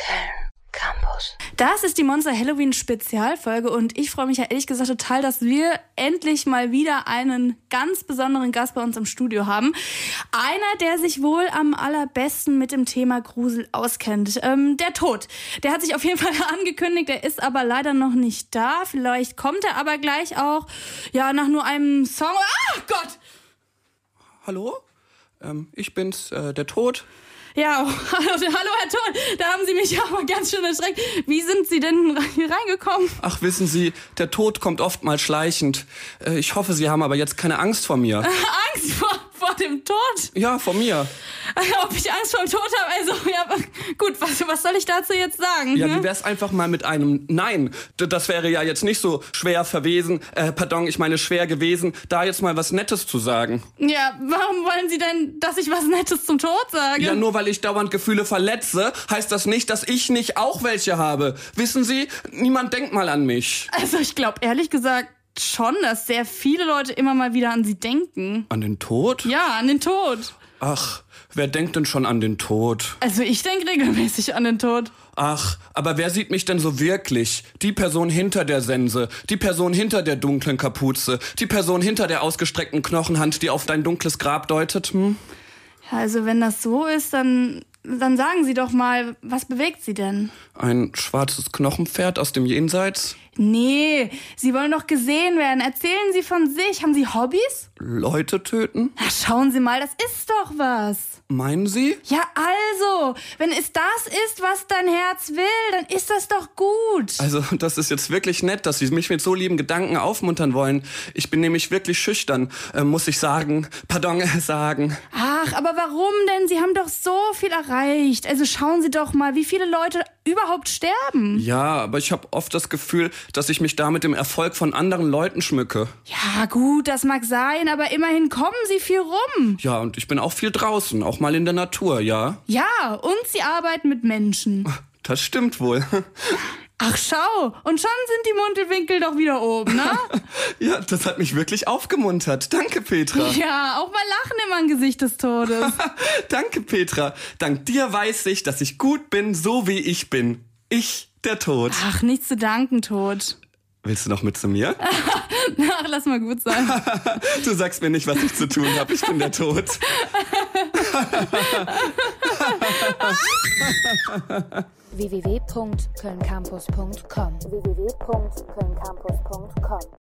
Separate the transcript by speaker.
Speaker 1: Wilhelm Campus.
Speaker 2: Das ist die Monster Halloween Spezialfolge und ich freue mich ja ehrlich gesagt total, dass wir endlich mal wieder einen ganz besonderen Gast bei uns im Studio haben. Einer, der sich wohl am allerbesten mit dem Thema Grusel auskennt. Ähm, der Tod. Der hat sich auf jeden Fall angekündigt, der ist aber leider noch nicht da. Vielleicht kommt er aber gleich auch, ja, nach nur einem Song. Ah, Gott!
Speaker 3: Hallo? Ähm, ich bin's, äh, der Tod.
Speaker 2: Ja, oh, hallo, hallo Herr Ton, da haben Sie mich ja aber ganz schön erschreckt. Wie sind Sie denn hier reingekommen?
Speaker 3: Ach, wissen Sie, der Tod kommt oftmals schleichend. Äh, ich hoffe, Sie haben aber jetzt keine Angst vor mir.
Speaker 2: Angst vor, vor dem Tod?
Speaker 3: Ja, vor mir.
Speaker 2: Ob ich Angst vor dem Tod habe? Also, ja, gut, was, was soll ich dazu jetzt sagen?
Speaker 3: Ja,
Speaker 2: ne?
Speaker 3: wie wär's einfach mal mit einem Nein? D das wäre ja jetzt nicht so schwer verwesen, äh, pardon, ich meine schwer gewesen, da jetzt mal was Nettes zu sagen.
Speaker 2: ja, warum wollen Sie denn, dass ich was Nettes zum Tod sage?
Speaker 3: Ja, nur weil ich dauernd Gefühle verletze, heißt das nicht, dass ich nicht auch welche habe. Wissen Sie, niemand denkt mal an mich.
Speaker 2: also, ich glaube ehrlich gesagt schon, dass sehr viele Leute immer mal wieder an Sie denken.
Speaker 3: An den Tod?
Speaker 2: Ja, an den Tod.
Speaker 3: Ach, wer denkt denn schon an den Tod?
Speaker 2: Also, ich denke regelmäßig an den Tod.
Speaker 3: Ach, aber wer sieht mich denn so wirklich? Die Person hinter der Sense, die Person hinter der dunklen Kapuze, die Person hinter der ausgestreckten Knochenhand, die auf dein dunkles Grab deutet, hm?
Speaker 2: Ja, also, wenn das so ist, dann, dann sagen Sie doch mal, was bewegt Sie denn?
Speaker 3: Ein schwarzes Knochenpferd aus dem Jenseits?
Speaker 2: Nee, Sie wollen doch gesehen werden. Erzählen Sie von sich. Haben Sie Hobbys?
Speaker 3: Leute töten?
Speaker 2: Na, schauen Sie mal, das ist doch was.
Speaker 3: Meinen Sie?
Speaker 2: Ja, also, wenn es das ist, was dein Herz will, dann ist das doch gut.
Speaker 3: Also, das ist jetzt wirklich nett, dass Sie mich mit so lieben Gedanken aufmuntern wollen. Ich bin nämlich wirklich schüchtern, äh, muss ich sagen. Pardon, äh, sagen.
Speaker 2: Ach, aber warum denn? Sie haben doch so viel erreicht. Also schauen Sie doch mal, wie viele Leute überhaupt sterben.
Speaker 3: Ja, aber ich habe oft das Gefühl, dass ich mich damit dem Erfolg von anderen Leuten schmücke.
Speaker 2: Ja, gut, das mag sein, aber immerhin kommen Sie viel rum.
Speaker 3: Ja, und ich bin auch viel draußen, auch mal in der Natur, ja.
Speaker 2: Ja, und Sie arbeiten mit Menschen.
Speaker 3: Das stimmt wohl.
Speaker 2: Ach, schau. Und schon sind die Mundwinkel doch wieder oben, ne?
Speaker 3: Ja, das hat mich wirklich aufgemuntert. Danke, Petra.
Speaker 2: Ja, auch mal lachen im Angesicht des Todes.
Speaker 3: Danke, Petra. Dank dir weiß ich, dass ich gut bin, so wie ich bin. Ich, der Tod.
Speaker 2: Ach, nichts zu danken, Tod.
Speaker 3: Willst du noch mit zu mir?
Speaker 2: Ach, lass mal gut sein.
Speaker 3: Du sagst mir nicht, was ich zu tun habe. Ich bin der Tod.
Speaker 4: www.kölncampus.com www.kölncampus.com